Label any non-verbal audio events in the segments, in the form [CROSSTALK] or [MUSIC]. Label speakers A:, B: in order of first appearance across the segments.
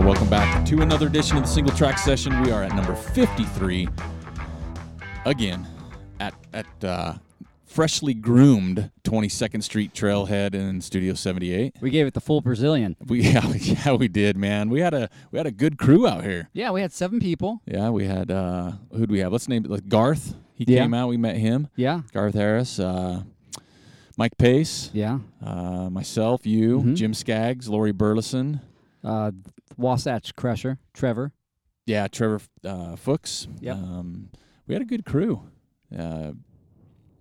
A: welcome back to another edition of the Single Track Session. We are at number 53 again at at uh, freshly groomed 22nd Street Trailhead in Studio 78.
B: We gave it the full Brazilian.
A: We [LAUGHS] yeah, we- yeah we did, man. We had a we had a good crew out here.
B: Yeah, we had seven people.
A: Yeah, we had uh who'd we have? Let's name it like Garth. He
B: Yeah.
A: came out, we met him.
B: Yeah,
A: Garth Harris, uh Mike Pace,
B: yeah.
A: uh, myself, you,
B: Mhm.
A: Jim Skaggs, Lori Burleson,
B: Uh, Wasatch Crusher, Trevor.
A: Yeah, Trevor uh, Fuchs.
B: Yep.
A: Um, we had a good crew. Uh,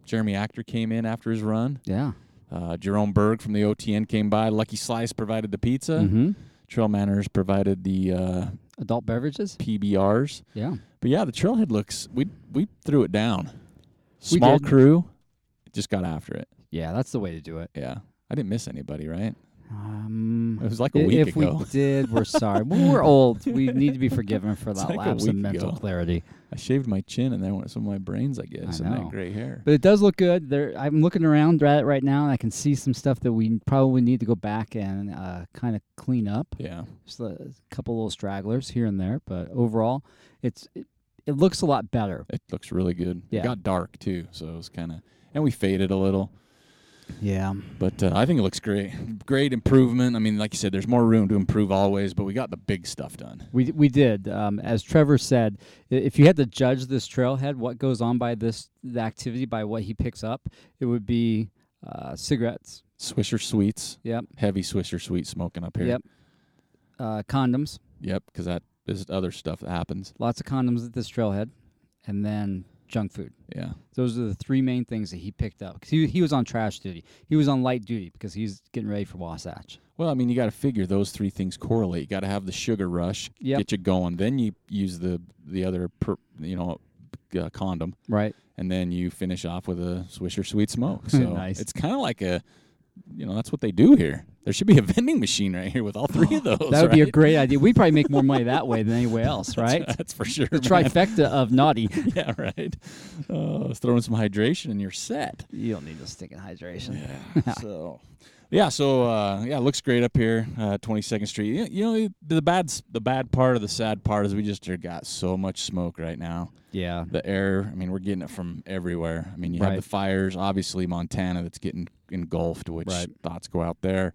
A: Jeremy Actor came in after his run.
B: Yeah.
A: Uh, Jerome Berg from the OTN came by. Lucky Slice provided the pizza.
B: Mm-hmm.
A: Trail Manners provided the uh,
B: Adult beverages.
A: PBRs.
B: Yeah.
A: But yeah, the trailhead looks. We we threw it down.
B: We
A: Small
B: did.
A: crew. Just got after it.
B: Yeah, that's the way to do it.
A: Yeah. I didn't miss anybody, right?
B: Um,
A: It was like a
B: i-
A: week
B: if
A: ago.
B: we did, we're sorry. well, [LAUGHS] we're old. We need to be forgiven for
A: It's
B: that
A: like a
B: lapse of
A: week
B: mental
A: ago.
B: clarity.
A: I shaved my chin and then went some of my brains, I guess, and
B: know.
A: that gray hair.
B: But it does look good. There, I'm looking around at it right now, and I can see some stuff that we probably need to go back and uh, kind of clean up.
A: yeah.
B: Just a couple little stragglers here and there, but overall, it's it, it looks a lot better.
A: It looks really good.
B: Yeah.
A: It got dark too, so it was kind of and we faded a little,
B: Yeah.
A: but uh, I think it looks great. Great improvement. I mean, like you said, there's more room to improve always, but we got the big stuff done.
B: We, we did. Um, as Trevor said, i- if you had to judge this trailhead, what goes on by this the activity by what he picks up, it would be uh, cigarettes.
A: Swisher sweets,
B: Yep.
A: heavy Swisher sweet smoking up here.
B: Yep. Uh, condoms.
A: Yep, because that is other stuff that happens.
B: Lots of condoms at this trailhead, and then junk food.
A: Yeah,
B: Those are the three main things that he picked up. 'Cause he he was on trash duty. He was on light duty because he's getting ready for Wasatch.
A: Well, I mean, you got to figure those three things correlate. You got to have the sugar rush,
B: Yep.
A: get you going. Then you use the the other, per, you know, uh, condom,
B: Right.
A: and then you finish off with a Swisher sweet smoke.
B: [LAUGHS]
A: So
B: Nice.
A: it's kind of like a, you know, that's what they do here. There should be a [LAUGHS] vending machine right here with all three of those.
B: Oh, That would be a
A: right?
B: great idea. We'd probably make more money that way than anywhere [LAUGHS] else, right?
A: [LAUGHS] That's for sure.
B: The
A: man.
B: trifecta of naughty.
A: yeah, right. Uh, let's throw in some hydration and you're set.
B: You don't need to stick in hydration.
A: Yeah. so. Yeah, so uh, yeah, it looks great up here, uh, 22nd Street. You- You know, the bad s- the bad part of the sad part is we just are got so much smoke right now.
B: Yeah.
A: the air i mean we're getting it from everywhere i mean you have
B: Right.
A: the fires obviously montana that's getting engulfed which
B: Right.
A: thoughts go out there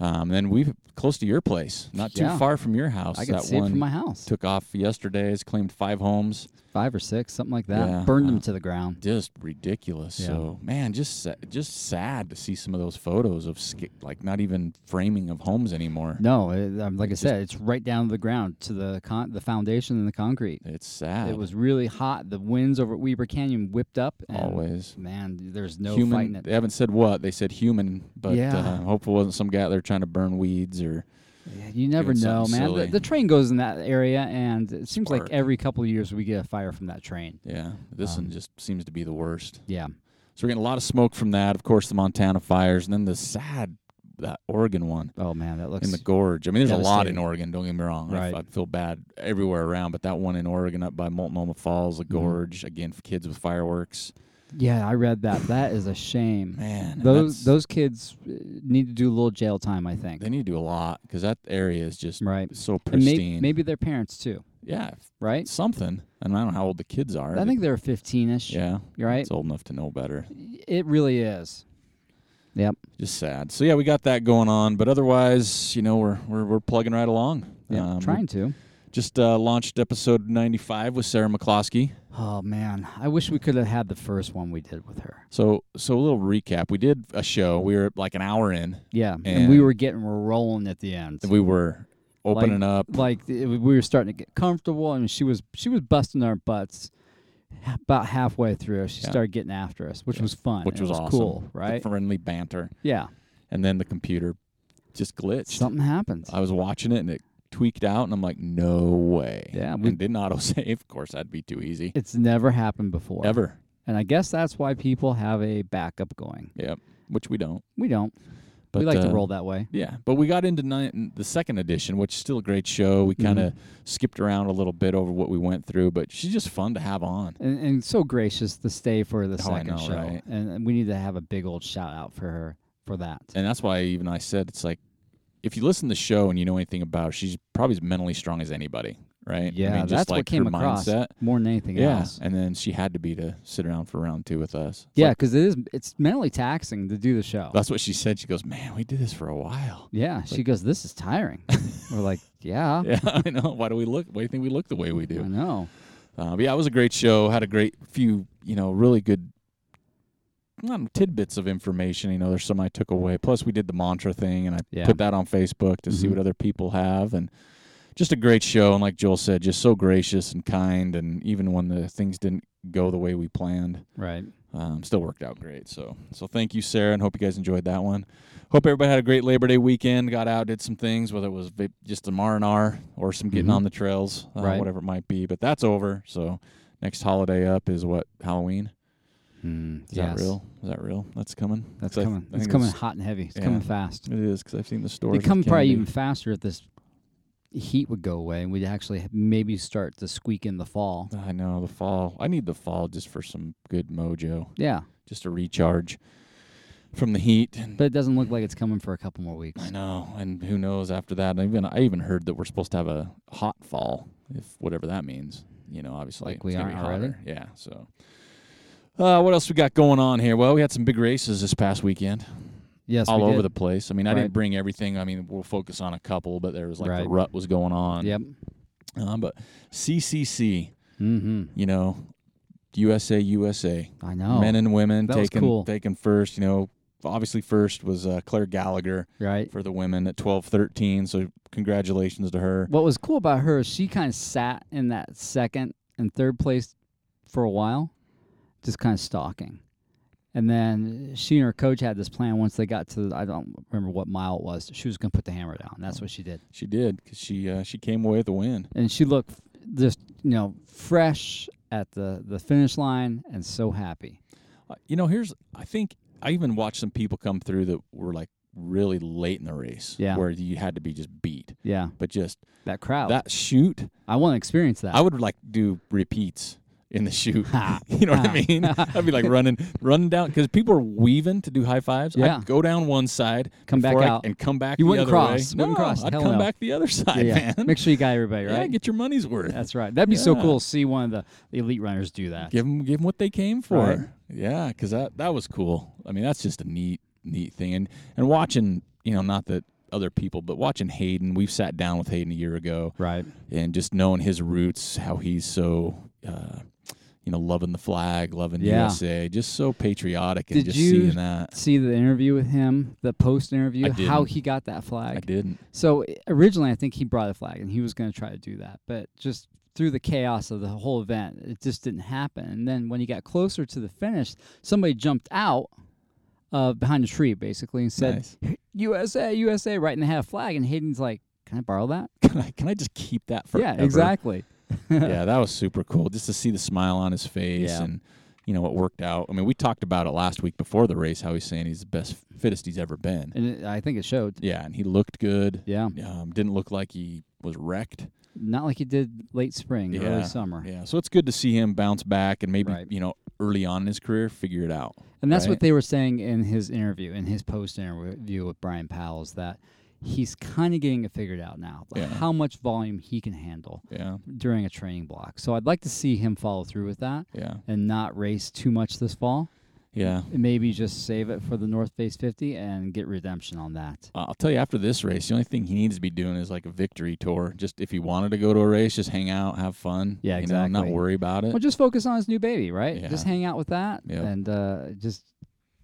A: um, then we've close to your place not too
B: Yeah.
A: far from your house
B: I can
A: that
B: see it
A: one
B: from my house.
A: took off yesterday has claimed five homes
B: Five or six, something like that.
A: Yeah,
B: Burned them
A: uh,
B: to the ground.
A: just ridiculous
B: Yeah.
A: so man just sa- just sad to see some of those photos of sk- like not even framing of homes anymore
B: No, it, um, like I
A: just-
B: said, it's right down to the ground, to the con- the foundation and the concrete.
A: it's sad
B: It was really hot. The winds over at Weber Canyon whipped up. And
A: always
B: Man, there's no
A: human
B: fighting it.
A: they haven't said what they said human but
B: Yeah.
A: uh, hopefully it wasn't some guy out there trying to burn weeds or
B: Yeah, You never
A: doing
B: know,
A: something
B: man. The,
A: silly.
B: the train goes in that area, and it seems
A: Or-
B: like every couple of years we get a fire from that train.
A: Yeah, this
B: Um,
A: one just seems to be the worst.
B: Yeah.
A: So we're getting a lot of smoke from that. Of course, the Montana fires, and then the sad that Oregon one
B: Oh man, that looks
A: in the gorge. I mean, there's a lot in
B: devastating.
A: Oregon. Don't get me wrong. I f-
B: Right.
A: I, feel bad everywhere around, but that one in Oregon up by Multnomah Falls, the
B: Mhm.
A: gorge again for kids with fireworks.
B: Yeah, I read that. That is a shame.
A: Man,
B: Those
A: that's-
B: those kids uh, need to do a little jail time, I think.
A: they need to do a lot because that area is just
B: Right.
A: so
B: And
A: pristine.
B: may, maybe their parents too,
A: yeah, f-
B: right?
A: something. And I don't know how old the kids are.
B: I
A: but
B: think they're 15ish,
A: yeah,
B: right?
A: it's old enough to know better.
B: It really is. Yep.
A: just sad. So yeah, we got that going on, but otherwise, you know, we're we're, we're plugging right along.
B: Yeah,
A: Um, we
B: trying to.
A: Just uh, launched episode 95 with Sarah McCloskey.
B: Oh man, I wish we could have had the first one we did with her.
A: So so a little recap. We did a show. We were like an hour in.
B: Yeah, and, we
A: And-
B: were getting rolling at the end.
A: and We were opening up.
B: like it, we were starting to get comfortable, and she was she was busting our butts. Ha- About halfway through, she
A: Yeah.
B: started getting after us, which
A: Yeah.
B: was fun.
A: Which
B: It
A: was awesome.
B: cool,
A: the
B: right?
A: friendly banter,
B: Yeah,
A: and then the computer just glitched.
B: something happened.
A: I was watching it and it tweaked out, and I'm like, no way.
B: Yeah,
A: we
B: we-
A: didn't auto save. [LAUGHS] Of course, that'd be too easy.
B: It's never happened before.
A: Ever.
B: And I guess that's why people have a backup going.
A: Yep. Which we don't.
B: We don't.
A: But
B: we like to
A: uh,
B: roll that way.
A: Yeah, but we got into ni- the second edition, which is still a great show. We kind of
B: Mm-hmm.
A: skipped around a little bit over what we went through, but she's just fun to have on.
B: And, and so gracious to stay for the
A: Oh, I
B: second
A: know,
B: show.
A: right?
B: And and we need to have a big old shout out for her for that.
A: And that's why even I said it's like if you listen to the show and you know anything about her, she's probably as mentally strong as anybody, right?
B: Yeah,
A: I mean, just
B: that's
A: like
B: what came
A: her
B: across
A: mindset.
B: more than anything
A: Yeah,
B: else.
A: and then she had to be to sit around for round two with us. It's
B: Yeah,
A: like-
B: because it is it's mentally taxing to do the show.
A: that's what she said. She goes, "Man, we did this for a while." [LAUGHS]
B: yeah, she
A: like-
B: goes, "This is tiring."
A: [LAUGHS]
B: We're like, "Yeah,
A: Yeah, I know. Why do we look? Why do you think we look the way we do?
B: I know."
A: Uh, but yeah, it was a great show. Had a great few, you know, really good not tidbits of information. You know, there's some I took away. Plus, we did the mantra thing, and I
B: Yeah.
A: put that on Facebook to see
B: Mhm.
A: what other people have. And just a great show. And like Joel said, just so gracious and kind. And even when the things didn't go the way we planned,
B: Right.
A: um, still worked out great. So, so thank you, Sarah, and hope you guys enjoyed that one. Hope everybody had a great Labor Day weekend. Got out, did some things, whether it was va- just some R and R or some getting
B: Mhm.
A: on the trails, uh,
B: Right.
A: whatever it might be. But that's over. So, next holiday up is what Halloween.
B: Mm,
A: Is that real? Is that real? That's coming.
B: That's
A: 'Cause I-
B: coming.
A: I
B: it's
A: think
B: coming hot and heavy. It's
A: yeah.
B: coming fast.
A: It is because I've seen the stories.
B: They
A: with
B: come probably
A: candy.
B: even faster if this heat would go away, and we'd actually maybe start to squeak in the fall.
A: I know the fall. I need the fall just for some good mojo,
B: Yeah,
A: just a recharge from the heat. And
B: but it doesn't look like it's coming for a couple more weeks.
A: I know, and who knows after that? I even I even heard that we're supposed to have a hot fall, if whatever that means. You know, obviously
B: Like we
A: it's gonna
B: aren't
A: be
B: already?
A: hotter. Yeah. So, uh, what else we got going on here? Well, we had some big races this past weekend,
B: Yes,
A: all
B: we
A: over
B: did.
A: the place. I mean, I
B: Right.
A: didn't bring everything. I mean, we'll focus on a couple, but there was like
B: Right.
A: the rut was going on.
B: Yep.
A: Uh, but CCC,
B: Mm-hmm.
A: you know, USA USA,
B: I know.
A: men and women
B: Oh. that was
A: taking
B: cool.
A: taking first. You know, obviously first was uh, Claire Gallagher
B: right.
A: for the women at 12-13, So congratulations to her.
B: What was cool about her is she kind of sat in that second and third place for a while, just kind of stalking. And then she and her coach had this plan once they got to, I don't remember what mile it was, she was going to put the hammer down. That's what she did.
A: She did because she uh, she came away with a win.
B: and she looked f- just you know fresh at the the finish line and so happy
A: Uh, You know, here's I think I even watched some people come through that were like really late in the race,
B: Yeah. Oh.
A: where you had to be just beat,
B: yeah
A: but just
B: that crowd
A: that shoot.
B: i want to experience that
A: I would like do repeats in the shoot.
B: [LAUGHS] Ha.
A: [LAUGHS] you know what I
B: Ha. [LAUGHS]
A: mean? I'd be like running, running down because people are weaving to do high fives.
B: Yeah.
A: I'd go down one side,
B: Come back
A: before I-
B: out.
A: and come back.
B: You
A: the
B: wouldn't
A: other
B: cross.
A: Way.
B: Wouldn't
A: No,
B: cross.
A: I'd
B: Hell
A: come
B: no.
A: back the other [LAUGHS]
B: yeah,
A: side,
B: yeah.
A: man.
B: make sure you got everybody
A: Yeah,
B: right
A: get your money's worth.
B: that's right that'd be so
A: Yeah.
B: cool to see one of the the elite runners do that
A: Give them, give them what they came for.
B: Right.
A: Yeah, because that that was cool. I mean, that's just a neat, neat thing. And and watching, you know, not that other people, but watching Hayden. We've sat down with Hayden a year ago,
B: right
A: and just knowing his roots, how he's so, uh, you know, loving the flag, loving
B: Yeah.
A: USA, just so patriotic, and
B: Did
A: just
B: you
A: seeing that.
B: see the interview with him the post interview
A: I
B: how
A: didn't.
B: he got that flag
A: I didn't. [LAUGHS]
B: So i- originally, I think he brought a flag and he was going to try to do that, but just through the chaos of the whole event, it just didn't happen. And then when he got closer to the finish, somebody jumped out uh, behind a tree basically and said
A: Nice.
B: "USA, USA!" right, and they had a flag. And Hayden's like, "Can I borrow that?"
A: Can I can I just keep that for?
B: Yeah, exactly.
A: yeah, that was super cool. Just to see the smile on his face
B: Yeah.
A: and. You know, it worked out. I mean, we talked about it last week before the race. How he's saying he's the best, fittest he's ever been.
B: And it, I think it showed.
A: Yeah, and he looked good.
B: Yeah,
A: Um, didn't look like he was wrecked.
B: not like he did late spring,
A: Yeah.
B: early summer.
A: Yeah, so it's good to see him bounce back and maybe
B: Right.
A: you know early on in his career figure it out.
B: And that's
A: Right.
B: what they were saying in his interview, in his post interview with Brian Powell's that he's kind of getting it figured out now, like
A: Yeah.
B: how much volume he can handle
A: Yeah,
B: during a training block. So I'd like to see him follow through with that
A: yeah,
B: and not race too much this fall.
A: yeah.
B: And maybe just save it for the North Face 50 and get redemption on that.
A: Uh, I'll tell you after this race, the only thing he needs to be doing is like a victory tour. Just if he wanted to go to a race, just hang out, have fun.
B: Yeah,
A: you know, not
B: exactly.
A: worry about it.
B: Well, just focus on his new baby, right?
A: Uh, Yeah.
B: Just hang out with that
A: Yep.
B: and uh, just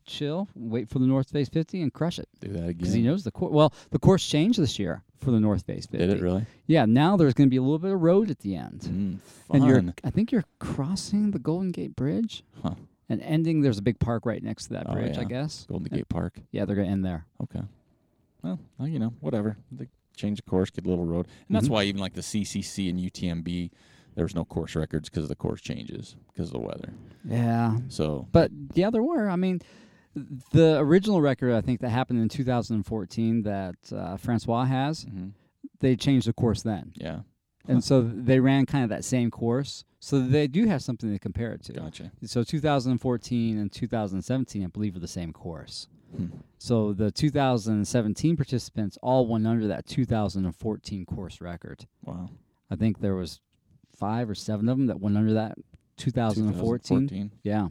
B: chill, wait for the North Face 50 and crush it
A: Do that
B: because
A: again.
B: he knows the course. Well, the course changed this year for the North Face 50.
A: Did it really?
B: Yeah, now there's going to be a little bit of road at the end.
A: Mm,
B: [LAUGHS] And
A: fun.
B: you're I think you're crossing the Golden Gate Bridge
A: Huh.
B: and ending there's a big park right next to that
A: Oh,
B: bridge, I
A: yeah.
B: guess.
A: Golden Gate Park.
B: Yeah, they're going to end there.
A: Okay. Well, well, you know, whatever. They change the course, get a little road, and that's
B: Mhm.
A: why even like the CCC and UTMB, there was no course records because the course changes because of the weather.
B: Yeah.
A: So
B: But yeah, there were. I mean, the original record I think that happened in 2014 that uh, Francois has,
A: mhm,
B: they changed the course then.
A: yeah, Huh.
B: And so they ran kind of that same course. So they do have something to compare it to.
A: gotcha.
B: So 2014 and 2017 I believe are the same course.
A: Hmm.
B: So the 2017 participants all went under that 2014 course record.
A: Wow.
B: I think there was five or seven of them that went under that 2014. Yeah,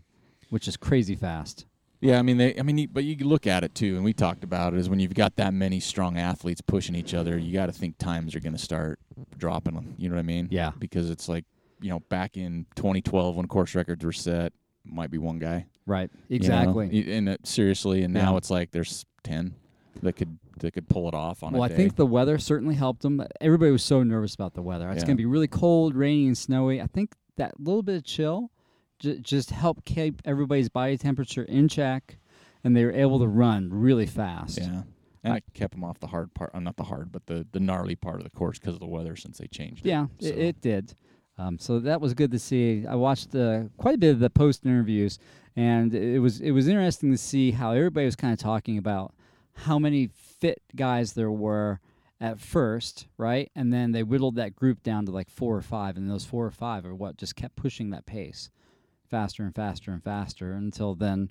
B: which is crazy fast.
A: Yeah, I mean they. I mean, you- but you look at it too, and we talked about it. Is when you've got that many strong athletes pushing each other, you got to think times are going to start dropping them. You know what I mean?
B: Yeah.
A: Because it's like you know back in 2012 when course records were set, might be one guy.
B: Right.
A: you know?
B: Exactly.
A: Y- and it, seriously, and now
B: Yeah.
A: it's like there's ten that could that could pull it off on
B: Well,
A: a
B: I
A: day.
B: think the weather certainly helped them. Everybody was so nervous about the weather. It's
A: Yeah.
B: going to be really cold, rainy, and snowy. I think that little bit of chill ju- just helped keep everybody's body temperature in check, and they were able to run really fast.
A: yeah. And I, kept them off the hard part, uh, not the hard, but the, the gnarly part of the course because of the weather since they changed it.
B: Yeah, i-
A: So-
B: it, did. Um, so that was good to see. I watched uh, quite a bit of the post interviews, and it was it was interesting to see how everybody was kind of talking about how many fit guys there were at first, right? And then they whittled that group down to like four or five, and those four or five are what just kept pushing that pace faster and faster and faster until then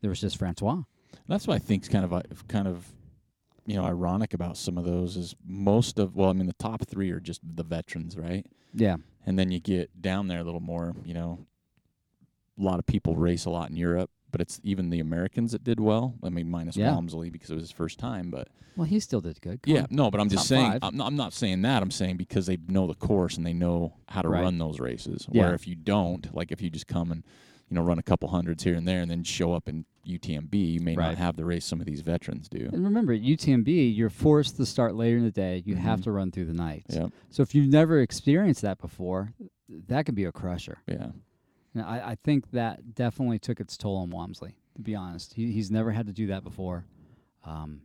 B: there was just Francois.
A: That's what I think's kind of uh, kind of you know ironic about some of those is most of well, I mean the top three are just the veterans, right?
B: Yeah,
A: And then you get down there a little more, you know, a lot of people race a lot in Europe, but it's even the Americans that did well. I mean, minus
B: Yeah.
A: Walmsley because it was his first time, but
B: well, he still did good. Come
A: yeah,
B: on.
A: no, but I'm just
B: Top
A: saying,
B: five.
A: I'm not, I'm not saying that. I'm saying because they know the course and they know how to
B: Right.
A: run those races.
B: Yeah.
A: Where if you don't, like if you just come and you know run a couple hundreds here and there and then show up in UTMB, you may
B: Right.
A: not have the race some of these veterans do.
B: And remember, at UTMB, you're forced to start later in the day. You have
A: Mhm.
B: to run through the night.
A: Yep.
B: So if you've never experienced that before, that could be a crusher.
A: Yeah.
B: And I, I think that definitely took its toll on Walmsley, to be honest. He, he's never had to do that before. Um,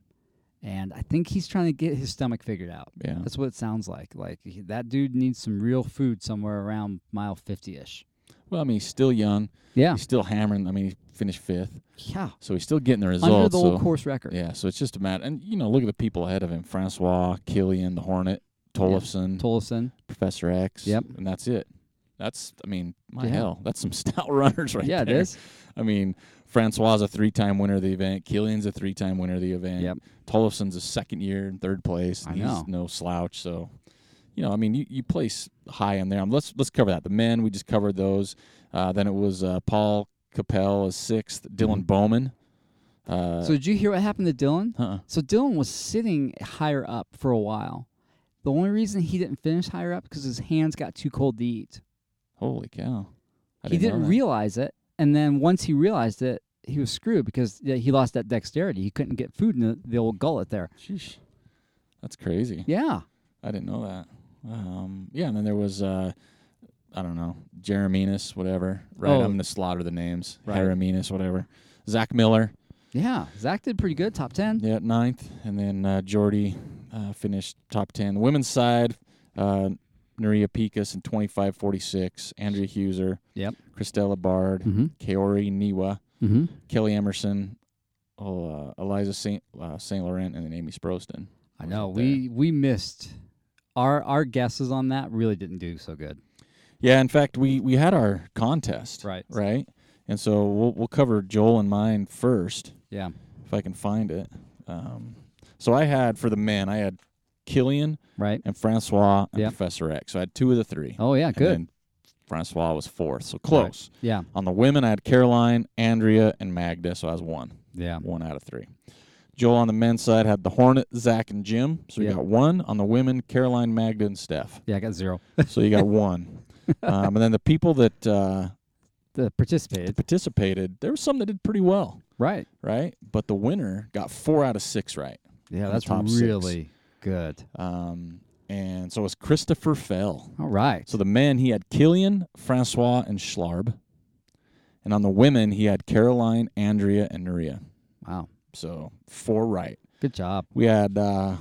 B: and I think he's trying to get his stomach figured out.
A: Yeah.
B: That's what it sounds like. Like he, that dude needs some real food somewhere around mile 50 ish.
A: Well, I mean, he's still young.
B: Yeah.
A: He's still hammering. I mean, he finished fifth,
B: Yeah.
A: so he's still getting the results.
B: Under the old
A: so-
B: course record.
A: yeah. So it's just a matter. And you know, look at the people ahead of him: Francois, Killian, the Hornet, Tollefson,
B: Tolson.
A: Professor X.
B: Yep.
A: And that's it. That's. I mean, my
B: Yeah.
A: hell, that's some [LAUGHS] stout runners right
B: yeah,
A: there.
B: it is.
A: I mean, Francois is a three-time winner of the event. Killian's a three-time winner of the event.
B: Yep.
A: Tollefson's a second year in third place.
B: I
A: and
B: know.
A: He's no slouch. So, you know, I mean, you, you place high on there. Um, let's let's cover that. The men, we just covered those. Uh, then it was uh, Paul Capel as sixth. Dylan Bowman. Uh,
B: Mm-hmm. So did you hear what happened to Dylan?
A: uh-uh.
B: So Dylan was sitting higher up for a while. The only reason he didn't finish higher up because his hands got too cold to eat.
A: Holy cow! I
B: he
A: didn't know
B: didn't
A: that.
B: realize it, and then once he realized it, he was screwed because yeah, he lost that dexterity. He couldn't get food in the, the old gullet there.
A: Sheesh. That's crazy.
B: Yeah,
A: I didn't know that. Um, yeah, and then there was uh, I don't know, Jereminas, whatever. Right,
B: Oh.
A: I'm gonna slaughter the names.
B: Right.
A: Jereminas, whatever. Zach Miller,
B: yeah. Zach did pretty good, top ten.
A: yeah, ninth, and then uh, Jordy uh, finished top ten. The women's side, uh, Nuria Picas in 25:46, Andrea Huser,
B: Yep.
A: Christella Bard,
B: Mm-hmm.
A: Kaori Niwa,
B: Mm-hmm.
A: Kelly Emerson, oh, uh, Eliza Saint uh, Saint Laurent, and then Amy Sproston.
B: I
A: wasn't
B: know
A: there.
B: we we missed our our guesses on that. Really didn't do so good.
A: Yeah, in fact, we we had our contest.
B: Right.
A: Right. And so we'll we'll cover Joel and mine first
B: Yeah.
A: if I can find it. Um, so I had for the men, I had Killian
B: Right.
A: and Francois and
B: Yep.
A: Professor X. So I had two of the three.
B: Oh yeah.
A: And
B: Good.
A: then Francois was fourth, so close.
B: yeah.
A: On the women, I had Caroline, Andrea, and Magda. So I was one,
B: Yeah.
A: one out of three. Joel on the men's side had the Hornet, Zach, and Jim. So you
B: Yep.
A: got one. On the women, Caroline, Magda, and Steph.
B: Yeah. I got zero.
A: So you
B: [LAUGHS]
A: got one. Um, and then the people that uh,
B: The participated.
A: participated, there were some that did pretty well,
B: Right.
A: right? But the winner got four out of six right.
B: Yeah,
A: the
B: that's
A: top six.
B: really good.
A: Um, and so it was Christopher Fell.
B: All right.
A: So the men, he had Killian, Francois, and Schlarb. And on the women, he had Caroline, Andrea, and Nuria.
B: Wow.
A: So four right.
B: Good job.
A: We had uh,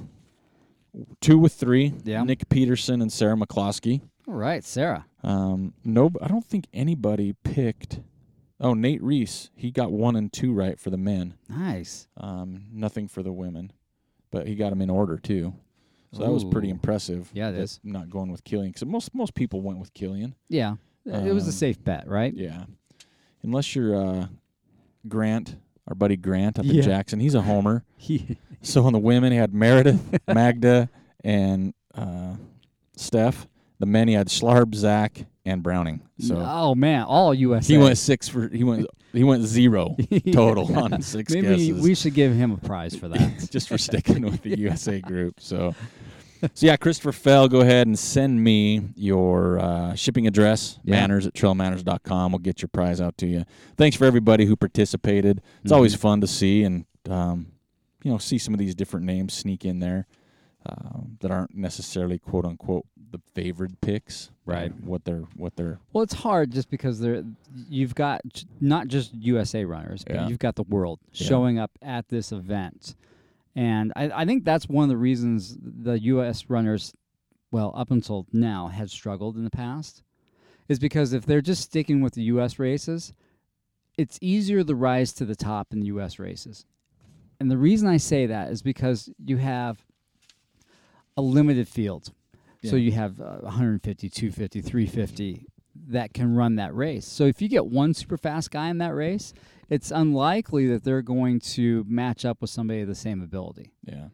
A: two with three
B: Yeah.
A: Nick Peterson and Sarah McCloskey.
B: All right, Sarah.
A: Um, no, I don't think anybody picked. Oh, Nate Reese, he got one and two right for the men.
B: Nice.
A: Um, nothing for the women, but he got them in order too. So that was pretty
B: Ooh.
A: impressive.
B: Yeah, it
A: that
B: is.
A: Not going with Killian because most most people went with Killian.
B: Yeah. it was a
A: Um,
B: safe bet, right?
A: Yeah, unless you're uh, Grant our buddy Grant up in
B: Yeah.
A: Jackson. He's a homer.
B: He,
A: So on the women, he had Meredith,
B: [LAUGHS]
A: Magda, and uh, Steph. The men, he had Schlarb, Zach, and Browning. So
B: oh man, all USA.
A: he went six for he went he went
B: [LAUGHS]
A: zero total on six
B: Maybe
A: guesses.
B: we should give him a prize for that.
A: [LAUGHS] just for sticking with the
B: [LAUGHS]
A: USA group. So, so yeah, Christopher Fell, go ahead and send me your uh, shipping address,
B: Yeah.
A: manners at trailmanners.com. We'll get your prize out to you. Thanks for everybody who participated. It's always
B: Mm-hmm.
A: fun to see and, um, you know, see some of these different names sneak in there um, that aren't necessarily quote unquote the favored picks.
B: Right.
A: What they're, what they're,
B: Well, it's hard just because there you've got j- not just USA runners,
A: Yeah.
B: but you've got the world
A: Yeah.
B: showing up at this event, and I, I think that's one of the reasons the U.S. runners, well, up until now, had struggled in the past, is because if they're just sticking with the U.S. races, it's easier to rise to the top in the U.S. races, and the reason I say that is because you have a limited field. So
A: Yeah.
B: you have uh, 150, 250, 350 that can run that race. So if you get one super fast guy in that race, it's unlikely that they're going to match up with somebody of the same ability.
A: yeah.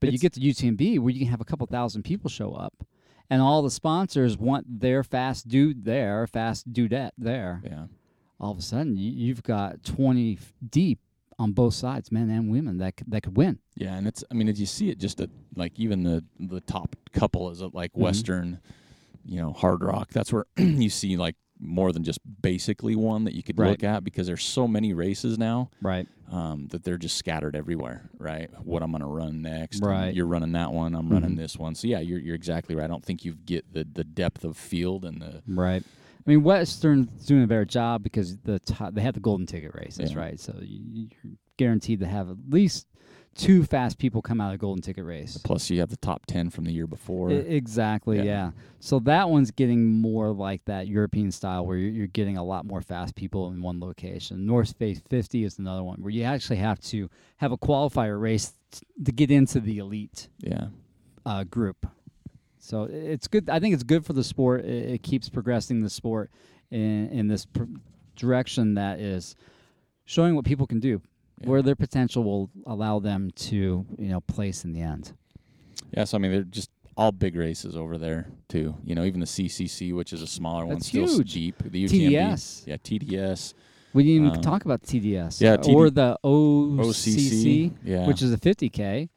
B: But you
A: It's-
B: get to UTMB where you can have a couple thousand people show up, and all the sponsors want their fast dude there, fast dudette there.
A: Yeah.
B: All of a sudden, you, you've got 20 f- deep on both sides, men and women, that c- that could win.
A: Yeah, and it's I mean, as you see it, just at, like even the the top couple is at, like
B: Mm-hmm.
A: Western, you know, hard rock. That's where [CLEARS THROAT] you see like more than just basically one that you could
B: Right.
A: look at because there's so many races now
B: Right.
A: um, that they're just scattered everywhere. Right, what I'm gonna run next. and
B: Right. Mm-hmm.
A: you're running that one. I'm running this one. So yeah, you're you're exactly right. I don't think you get the the depth of field and the
B: Right. I mean, Western's doing a better job because the top, they have the golden ticket races,
A: Yeah.
B: right? So you- you're guaranteed to have at least two fast people come out of the golden ticket race.
A: plus you have the top ten from the year before.
B: I- exactly,
A: Yeah.
B: yeah. So that one's getting more like that European style where you're, you're getting a lot more fast people in one location. North Face 50 is another one where you actually have to have a qualifier race t- to get into the elite
A: yeah.
B: uh, group. So i- it's good. I think it's good for the sport. It, it keeps progressing the sport in, in this pr- direction that is showing what people can do,
A: Yeah.
B: where their potential will allow them to, you know, place in the end.
A: Yeah, so I mean, they're just all big races over there too. You know, even the CCC, which is a smaller one,
B: That's
A: still s-
B: huge.
A: deep. The UTMB,
B: TDS.
A: yeah, TDS,
B: We didn't even
A: Uh,
B: talk about TDS
A: yeah, TD
B: or the
A: OCC,
B: OCC,
A: yeah.
B: which is a 50K,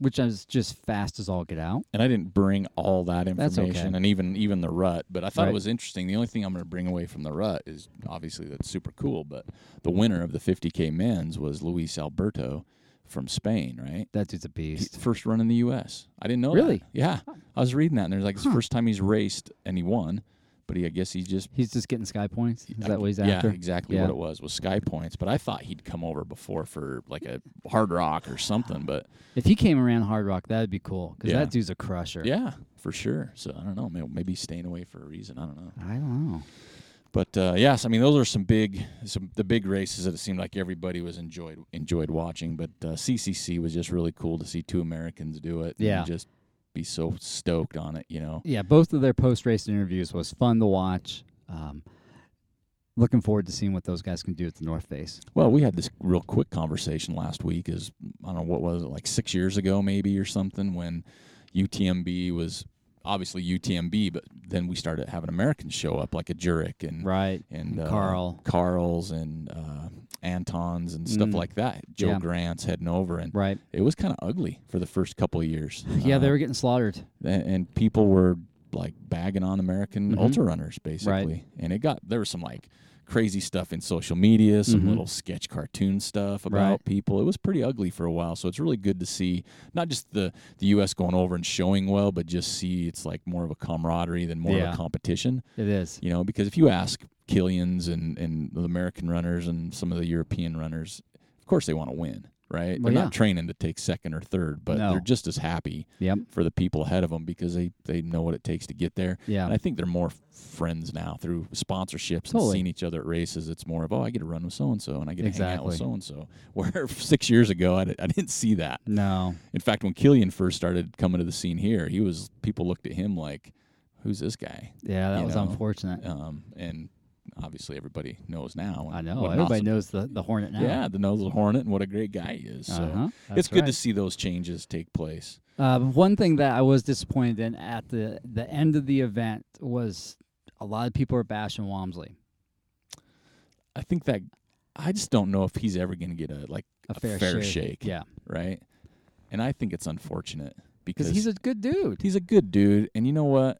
B: which is just fast as all get out.
A: and I didn't bring all that
B: That's okay.
A: information, and even even the rut. But I thought it
B: Right.
A: was interesting. The only thing I'm going to bring away from the rut is obviously that's super cool. But the winner of the 50k men's was Luis Alberto from Spain, right?
B: That dude's a
A: His
B: beast.
A: First run in the U.S. I didn't know. that.
B: Really?
A: Yeah, I was reading that, and there's like it's the
B: Huh.
A: first time he's raced and he won. But he, I guess he just
B: He's just getting sky points. Is
A: I-
B: that what he's
A: yeah,
B: after?
A: exactly
B: Yeah.
A: what it was was Sky Points. But I thought he'd come over before for like a Hard Rock or something. But
B: If he came around Hard Rock, that'd be cool because
A: Yeah.
B: that dude's a crusher.
A: yeah, for sure. So I don't know. may- Maybe he's staying away for a reason. I don't know.
B: I don't know.
A: But uh, yes, I mean those are some big, some the big races that it seemed like everybody was enjoyed enjoyed watching. But uh, CCC was just really cool to see two Americans do it. and
B: Yeah.
A: just be so stoked on it. You know.
B: yeah, both of their post race interviews was fun to watch. Um, looking forward to seeing what those guys can do at the North Face.
A: Well, we had this real quick conversation last week. Is I don't know what was it like six years ago, maybe or something, when UTMB was obviously UTMB, but then we started having Americans show up, like a Jurek and
B: Right.
A: and
B: And
A: uh,
B: Carl.
A: Carls and uh, Antons and stuff
B: Mm.
A: like that. Joe
B: Yeah.
A: Grant's heading over, and
B: Right.
A: it was kind of ugly for the first couple of years.
B: Yeah, they
A: Uh,
B: were getting slaughtered.
A: a- and people were like bagging on American
B: Mhm.
A: ultra runners basically. And it got there was some like crazy stuff in social media, some
B: Mhm.
A: little sketch cartoon stuff about
B: Right.
A: people. It was pretty ugly for a while, so it's really good to see not just the the US going over and showing well, but just see it's like more of a camaraderie than more of
B: Yeah.
A: a competition
B: It is.
A: you know because if you ask killians and and the american runners and some of the european runners of course they want to win right
B: Well,
A: they're
B: yeah.
A: not training to take second or third but
B: No.
A: they're just as happy
B: Yep.
A: for the people ahead of them because they they know what it takes to get there and
B: Yeah.
A: i think they're more friends now through sponsorships and
B: Totally.
A: seeing each other at races it's more of oh i get to run with so and so and i get to hang out with
B: Exactly.
A: so and so [LAUGHS] where six years ago I, di- I didn't see that
B: No.
A: in fact when killian first started coming to the scene here he was people looked at him like who's this guy
B: Yeah, that
A: You
B: was
A: know,
B: unfortunate.
A: um, and obviously everybody knows now.
B: I know.
A: What an
B: Everybody
A: awesome-
B: knows the, the Hornet now.
A: Yeah, the nose of the hornet and what a great guy he is. So
B: Uh-huh.
A: it's good to see those changes take place.
B: Uh, but one thing that I was disappointed in at the the end of the event was a lot of people are bashing Walmsley.
A: I think that I just don't know if he's ever going to get a like
B: A fair,
A: fair shake.
B: Yeah,
A: right? And I think it's unfortunate because
B: because he's a good dude.
A: he's a good dude, and you know what?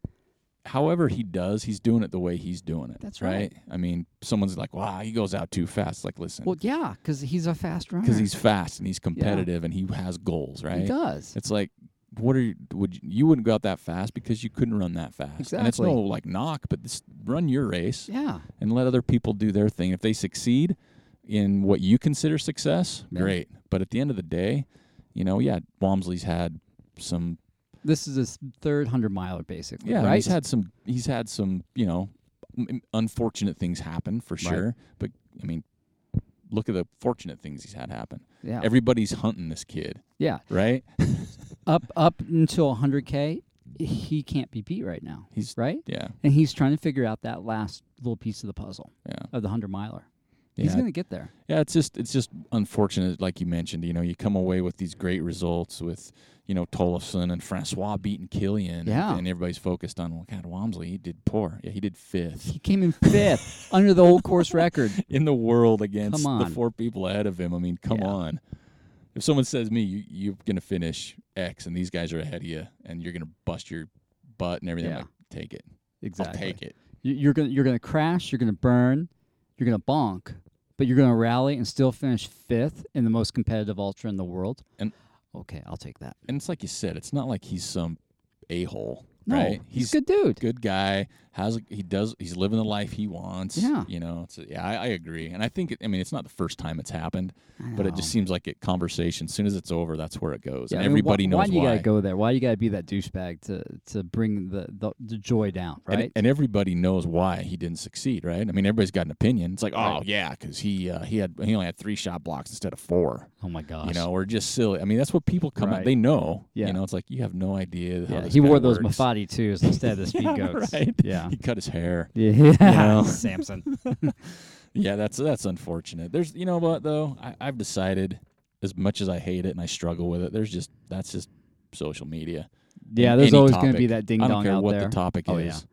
A: However he does, he's doing it the way he's doing it.
B: That's right.
A: I mean, someone's like, "Wow, he goes out too fast." Like, listen,
B: Well, yeah, because he's a fast runner.
A: because he's fast and he's competitive and he has goals,
B: he
A: right?
B: does.
A: It's like, what are you? Would you, you wouldn't go out that fast because you couldn't run that fast? And it's
B: Exactly.
A: no like knock, but this, run your race
B: Yeah,
A: and let other people do their thing. If they succeed in what you consider success,
B: Yeah.
A: great. But at the end of the day, you know, yeah, Walmsley's had some
B: this is his third hundred miler, basically.
A: yeah,
B: right.
A: he's had some he's had some, you know, m- unfortunate things happen for sure, but I mean, look at the fortunate things he's had happen.
B: yeah,
A: Everybody's hunting this kid,
B: yeah.
A: right?
B: Up up until hundred k, he can't be beat right now,
A: He's
B: right?
A: yeah,
B: And he's trying to figure out that last little piece of the puzzle
A: yeah.
B: of the hundred miler. He's
A: Yeah,
B: gonna get there.
A: Yeah, it's just it's just unfortunate, like you mentioned. You know, you come away with these great results with you know Tolofsen and Francois beating Killian.
B: Yeah.
A: and everybody's focused on well, God, Walmsley he did poor. Yeah, he did fifth
B: He came in fifth [LAUGHS] under the whole course
A: [LAUGHS]
B: record.
A: in the world against
B: Come
A: the
B: on.
A: four people ahead of him. I mean, come
B: Yeah.
A: on. If someone says me, you, you're gonna finish X, and these guys are ahead of you, and you're gonna bust your butt and everything, I'm
B: Yeah.
A: like, take it.
B: Exactly.
A: I'll take it.
B: You- You're gonna you're gonna crash. You're gonna burn. You're gonna bonk, but you're gonna rally and still finish fifth in the most competitive ultra in the world.
A: And-
B: okay, I'll take that.
A: And it's like you said, it's not like he's some a hole,
B: No,
A: right?
B: he's, a good dude.
A: good guy. Has he does he's living the life he wants.
B: Yeah.
A: you know. It's yeah, I, I agree, and I think it, I mean it's not the first time it's happened,
B: I
A: but it
B: know.
A: just seems like it conversation. As soon as it's over, that's where it goes,
B: Yeah,
A: and
B: I mean,
A: everybody
B: why,
A: knows
B: why.
A: why.
B: you gotta go there? Why you gotta be that douchebag to to bring the, the, the joy down?
A: And-
B: Right?
A: and, everybody knows why he didn't succeed, right? I mean, everybody's got an opinion. It's like, oh
B: Right.
A: yeah, because he uh, he had he only had three shot blocks instead of four,
B: oh my gosh!
A: you know, or just silly. I mean, that's what people come up.
B: Right.
A: They know,
B: Yeah.
A: you know, it's like you have no idea. How
B: yeah,
A: this
B: he
A: guy
B: wore those
A: [LAUGHS] works.
B: Mafati twos instead of the speed
A: Yeah,
B: goats.
A: right. [LAUGHS]
B: Yeah.
A: He cut his hair.
B: Yeah, [LAUGHS]
A: know?
B: Samson.
A: Yeah, that's that's unfortunate. There's you know what though? I, I've decided as much as I hate it and I struggle with it, there's just that's just social media.
B: Yeah,
A: And
B: there's
A: any
B: always
A: topic.
B: gonna be that ding
A: I don't
B: dong
A: care
B: out
A: what
B: there.
A: the topic
B: Oh,
A: is.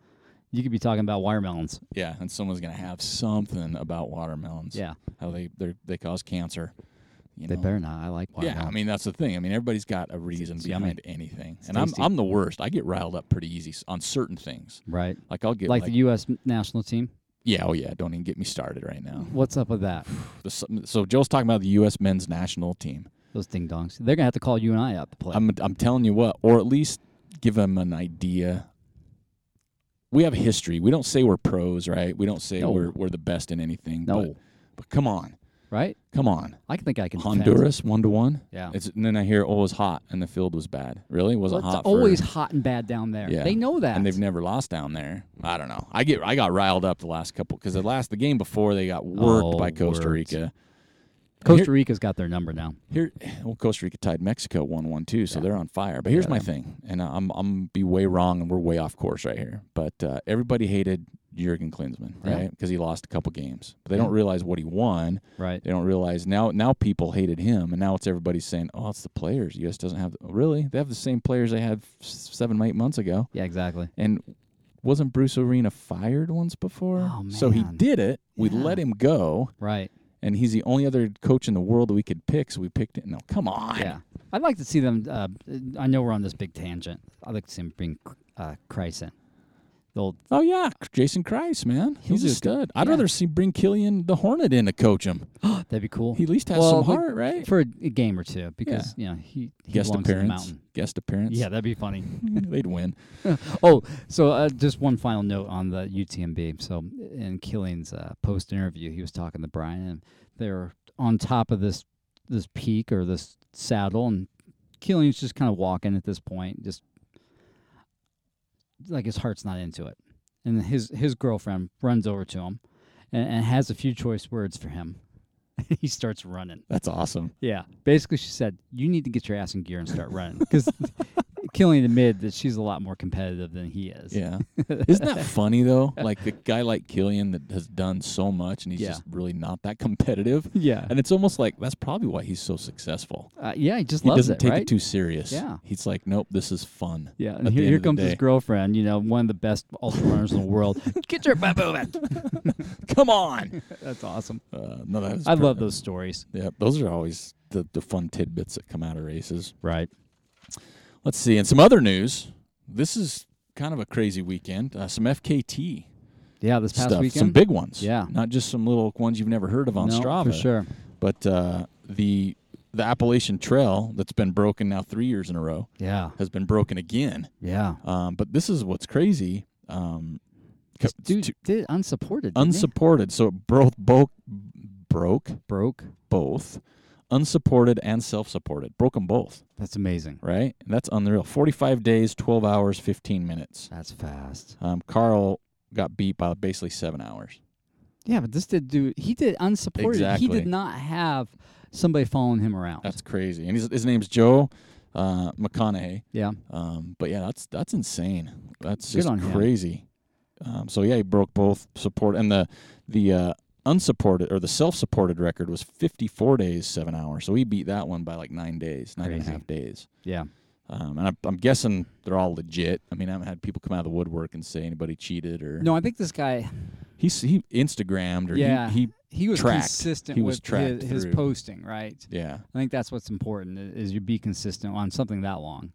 B: You could be talking about watermelons.
A: Yeah. and someone's gonna have something about watermelons.
B: Yeah,
A: How they they they cause cancer. You
B: they
A: know?
B: better not. I like watermelons.
A: Yeah, I mean that's the thing. I mean everybody's got a reason
B: it's yummy.
A: behind anything, and I'm
B: tasty.
A: I'm the worst. I get riled up pretty easy s- on certain things.
B: right?
A: Like I'll get
B: like, the U.S. m- national team.
A: yeah, oh yeah, don't even get me started right now.
B: What's up with that?
A: The s- So Joe's talking about the U.S. men's national team.
B: Those ding dongs. They're gonna have to call you and I up to play.
A: I'm I'm telling you what, or at least give them an idea. We have history. We don't say we're pros, right? We don't say
B: No.
A: we're we're the best in anything.
B: no,
A: But, but come on,
B: right?
A: come on,
B: I can think I can. defend.
A: Honduras one to one.
B: Yeah.
A: It's and then I hear oh it was hot and the field was bad. Really, it
B: Well,
A: wasn't
B: it's
A: hot. for-
B: always hot and bad down there.
A: Yeah.
B: They know that.
A: and they've never lost down there. I don't know. I get I got riled up the last couple because the last the game before they got worked
B: Oh,
A: by Costa
B: worked.
A: Rica.
B: Costa Rica's got their number now.
A: Here, well, Costa Rica tied Mexico one-one too, so
B: Yeah.
A: they're on fire. But here's
B: Yeah.
A: my thing, and uh, I'm I'm be way wrong, and we're way off course right here. But uh, everybody hated Jurgen Klinsmann,
B: Yeah.
A: right? Because he lost a couple games, but they
B: Yeah.
A: don't realize what he won.
B: Right.
A: They don't realize now now people hated him, and now it's everybody saying, "Oh, it's the players. U.S. doesn't have the, really. They have the same players they had s- seven, eight months ago."
B: Yeah. Exactly.
A: And wasn't Bruce Arena fired once before?
B: Oh,
A: So he
B: man.
A: did it. We
B: Yeah.
A: let him go.
B: Right.
A: And he's the only other coach in the world that we could pick, so we picked it. No, come on.
B: Yeah. I'd like to see them. Uh, I know we're on this big tangent. I'd like to see them bring uh, Kreis in. The old
A: Oh yeah, Jason Christ, man,
B: He'll
A: he's a
B: do good.
A: stud. I'd
B: Yeah.
A: rather see bring Killian the Hornet in to coach him.
B: That'd be cool.
A: He at least has
B: Well,
A: some
B: like,
A: heart, right?
B: for a, a game or two because you know he, he
A: Guest
B: belongs in the
A: appearance,
B: mountain.
A: guest appearance.
B: Yeah, that'd be funny.
A: [LAUGHS] they'd win.
B: Oh, so uh, just one final note on the UTMB. So in Killing's uh, post interview, he was talking to Brian, and they're on top of this this peak or this saddle, and Killing's just kind of walking at this point, just like his heart's not into it. And his his girlfriend runs over to him, and, and has a few choice words for him. [LAUGHS] he starts running. [LAUGHS]
A: That's awesome.
B: [LAUGHS] Yeah. Basically, she said, "You need to get your ass in gear and start running," because Killing admitted that she's a lot more competitive than he is.
A: Yeah. Isn't that funny though? Like a guy like Killian that has done so much and he's
B: Yeah.
A: just really not that competitive.
B: Yeah.
A: And it's almost like that's probably why he's so successful.
B: Uh, yeah, he just
A: He
B: loves
A: doesn't
B: it,
A: take
B: right?
A: it too serious.
B: Yeah.
A: He's like, nope, this is fun.
B: yeah,
A: at
B: and
A: the
B: here,
A: end
B: here
A: of the
B: comes
A: day.
B: his girlfriend, you know, one of the best ultra runners in
A: [LAUGHS]
B: the world. Get your butt moving.
A: [LAUGHS] Come on.
B: [LAUGHS] That's awesome.
A: Uh, no, that is
B: I love
A: perfect.
B: those stories.
A: Yeah, those are always the, the fun tidbits that come out of races.
B: Right.
A: Let's see. And some other news. This is kind of a crazy weekend. Uh, some FKT
B: Yeah, this past
A: stuff,
B: weekend.
A: some big ones.
B: Yeah.
A: Not just some little ones you've never heard of on
B: no,
A: Strava.
B: For sure.
A: But uh, the the Appalachian Trail that's been broken now three years in a row
B: Yeah.
A: has been broken again.
B: Yeah.
A: Um, but this is what's crazy. Um, co-
B: This dude
A: to-
B: did it unsupported. didn't he?
A: unsupported. So it broke both broke
B: broke.
A: both unsupported and self-supported. Broke them both,
B: That's amazing.
A: right? And that's unreal. 45 days, 12 hours, 15 minutes.
B: That's fast.
A: Um, Carl got beat by basically 7 hours.
B: Yeah, but this did do. He did unsupported. He
A: Exactly.
B: did not have somebody following him around.
A: That's crazy. And his, his name's Joe uh, McConaughey.
B: yeah.
A: Um, but yeah, that's that's insane. That's
B: Good
A: just
B: on him.
A: crazy. Um, so yeah, he broke both support and the the uh, unsupported or the self-supported record was 54 days, seven hours. So he beat that one by like nine days, nine and a
B: Crazy.
A: half days.
B: Yeah.
A: Um, and I'm, I'm guessing they're all legit. I mean, I haven't had people come out of the woodwork and say anybody cheated or
B: No, I think this guy.
A: He s- he Instagrammed or
B: Yeah.
A: he, he
B: He was
A: Tracked.
B: consistent
A: He
B: with
A: was tracked
B: his,
A: through.
B: his posting, right?
A: yeah.
B: I think that's what's important i- is you be consistent on something that long.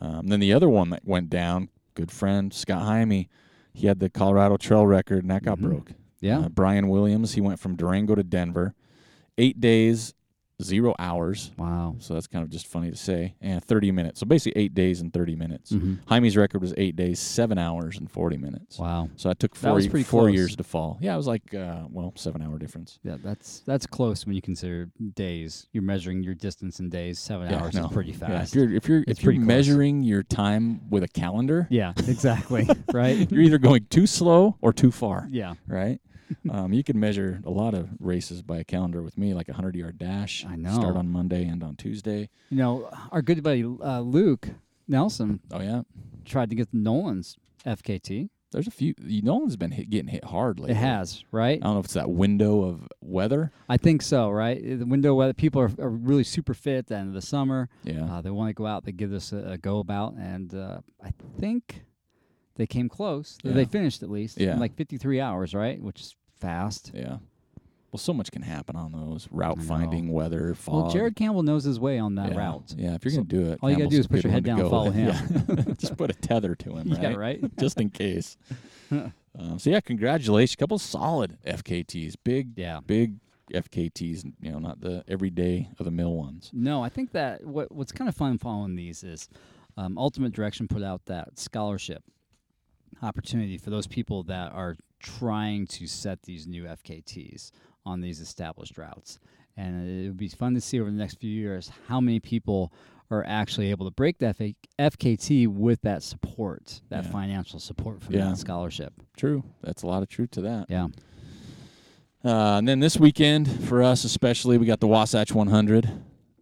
A: Um, then the other one that went down, good friend Scott Jaime, he had the Colorado Trail record and that got
B: Mhm.
A: broke.
B: Yeah.
A: Uh, Brian Williams, he went from Durango to Denver, eight days, zero hours.
B: wow.
A: So that's kind of just funny to say. And 30 minutes. So basically eight days and 30 minutes.
B: hmm
A: Jaime's record was eight days, seven hours, and 40 minutes.
B: Wow.
A: So that took
B: That
A: four,
B: was
A: ye-
B: pretty
A: four
B: close.
A: years to fall. Yeah, it was like, uh, well, seven hour difference.
B: Yeah, that's that's close when you consider days. You're measuring your distance in days. Seven
A: yeah,
B: hours
A: no.
B: is pretty
A: Yeah,
B: fast.
A: if you're if you're
B: It's
A: if you're
B: pretty close.
A: measuring your time with a
B: [LAUGHS]
A: calendar,
B: Yeah,
A: [LAUGHS]
B: exactly. right?
A: you're either going too slow or too far.
B: Yeah, [LAUGHS]
A: right? um, you can measure a lot of races by a calendar with me, like a hundred yard dash.
B: I know.
A: Start on Monday and on Tuesday.
B: you know our good buddy uh, Luke Nelson
A: Oh yeah,
B: tried to get Nolan's FKT.
A: there's a few. You know, has been hit, getting hit hard lately.
B: It has, right?
A: I don't know if it's that window of weather.
B: I think so, right? Uh, The window where people are, are really super fit at the end of the summer.
A: Yeah.
B: Uh, they want to go out. They give this a, a go about, and uh, I think they came close. They- They
A: Yeah.
B: finished at least. in
A: Yeah.
B: like 53 hours, right? Which is fast.
A: yeah. Well, so much can happen on those route
B: I know.
A: finding, weather, fog.
B: Well, Jared Campbell knows his way on that
A: yeah.
B: route.
A: Yeah, if you're
B: So
A: gonna do it,
B: all you gotta do
A: Campbell's
B: is
A: a
B: put
A: good
B: your
A: one
B: head
A: to
B: down,
A: go
B: follow
A: with. [LAUGHS]
B: him. [LAUGHS]
A: Yeah. Just put a tether to him,
B: Yeah,
A: right?
B: [LAUGHS] right.
A: Just in
B: [LAUGHS]
A: case. um, so yeah, congratulations. Couple solid FKTs, big
B: Yeah.
A: big FKTs, you know, not the everyday of the mill ones.
B: No, I think that what what's kind of fun following these is um, Ultimate Direction put out that scholarship opportunity for those people that are trying to set these new FKTs on these established routes. And it would be fun to see over the next few years how many people are actually able to break that FA- FKT with that support, that
A: Yeah.
B: financial support from
A: Yeah.
B: that scholarship.
A: True. That's a lot of truth to that.
B: Yeah.
A: Uh, and then this weekend for us, especially, we got the Wasatch 100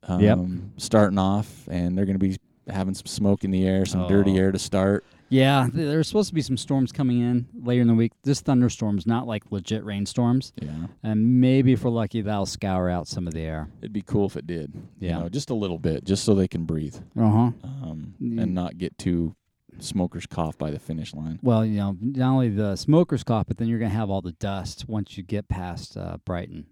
A: um,
B: Yep.
A: starting off, and they're going to be having some smoke in the air, some dirty
B: Oh.
A: air to start.
B: Yeah, th- there's supposed to be some storms coming in later in the week. This thunderstorms, not like legit rainstorms.
A: Yeah.
B: And maybe if we're lucky, that'll scour out some of the air.
A: It'd be cool if it did.
B: Yeah.
A: You know, just a little bit, just so they can breathe
B: Uh huh.
A: um,
B: Mm.
A: and not get too smoker's cough by the finish line.
B: Well, you know, not only the smokers cough, but then you're gonna have all the dust once you get past uh, Brighton,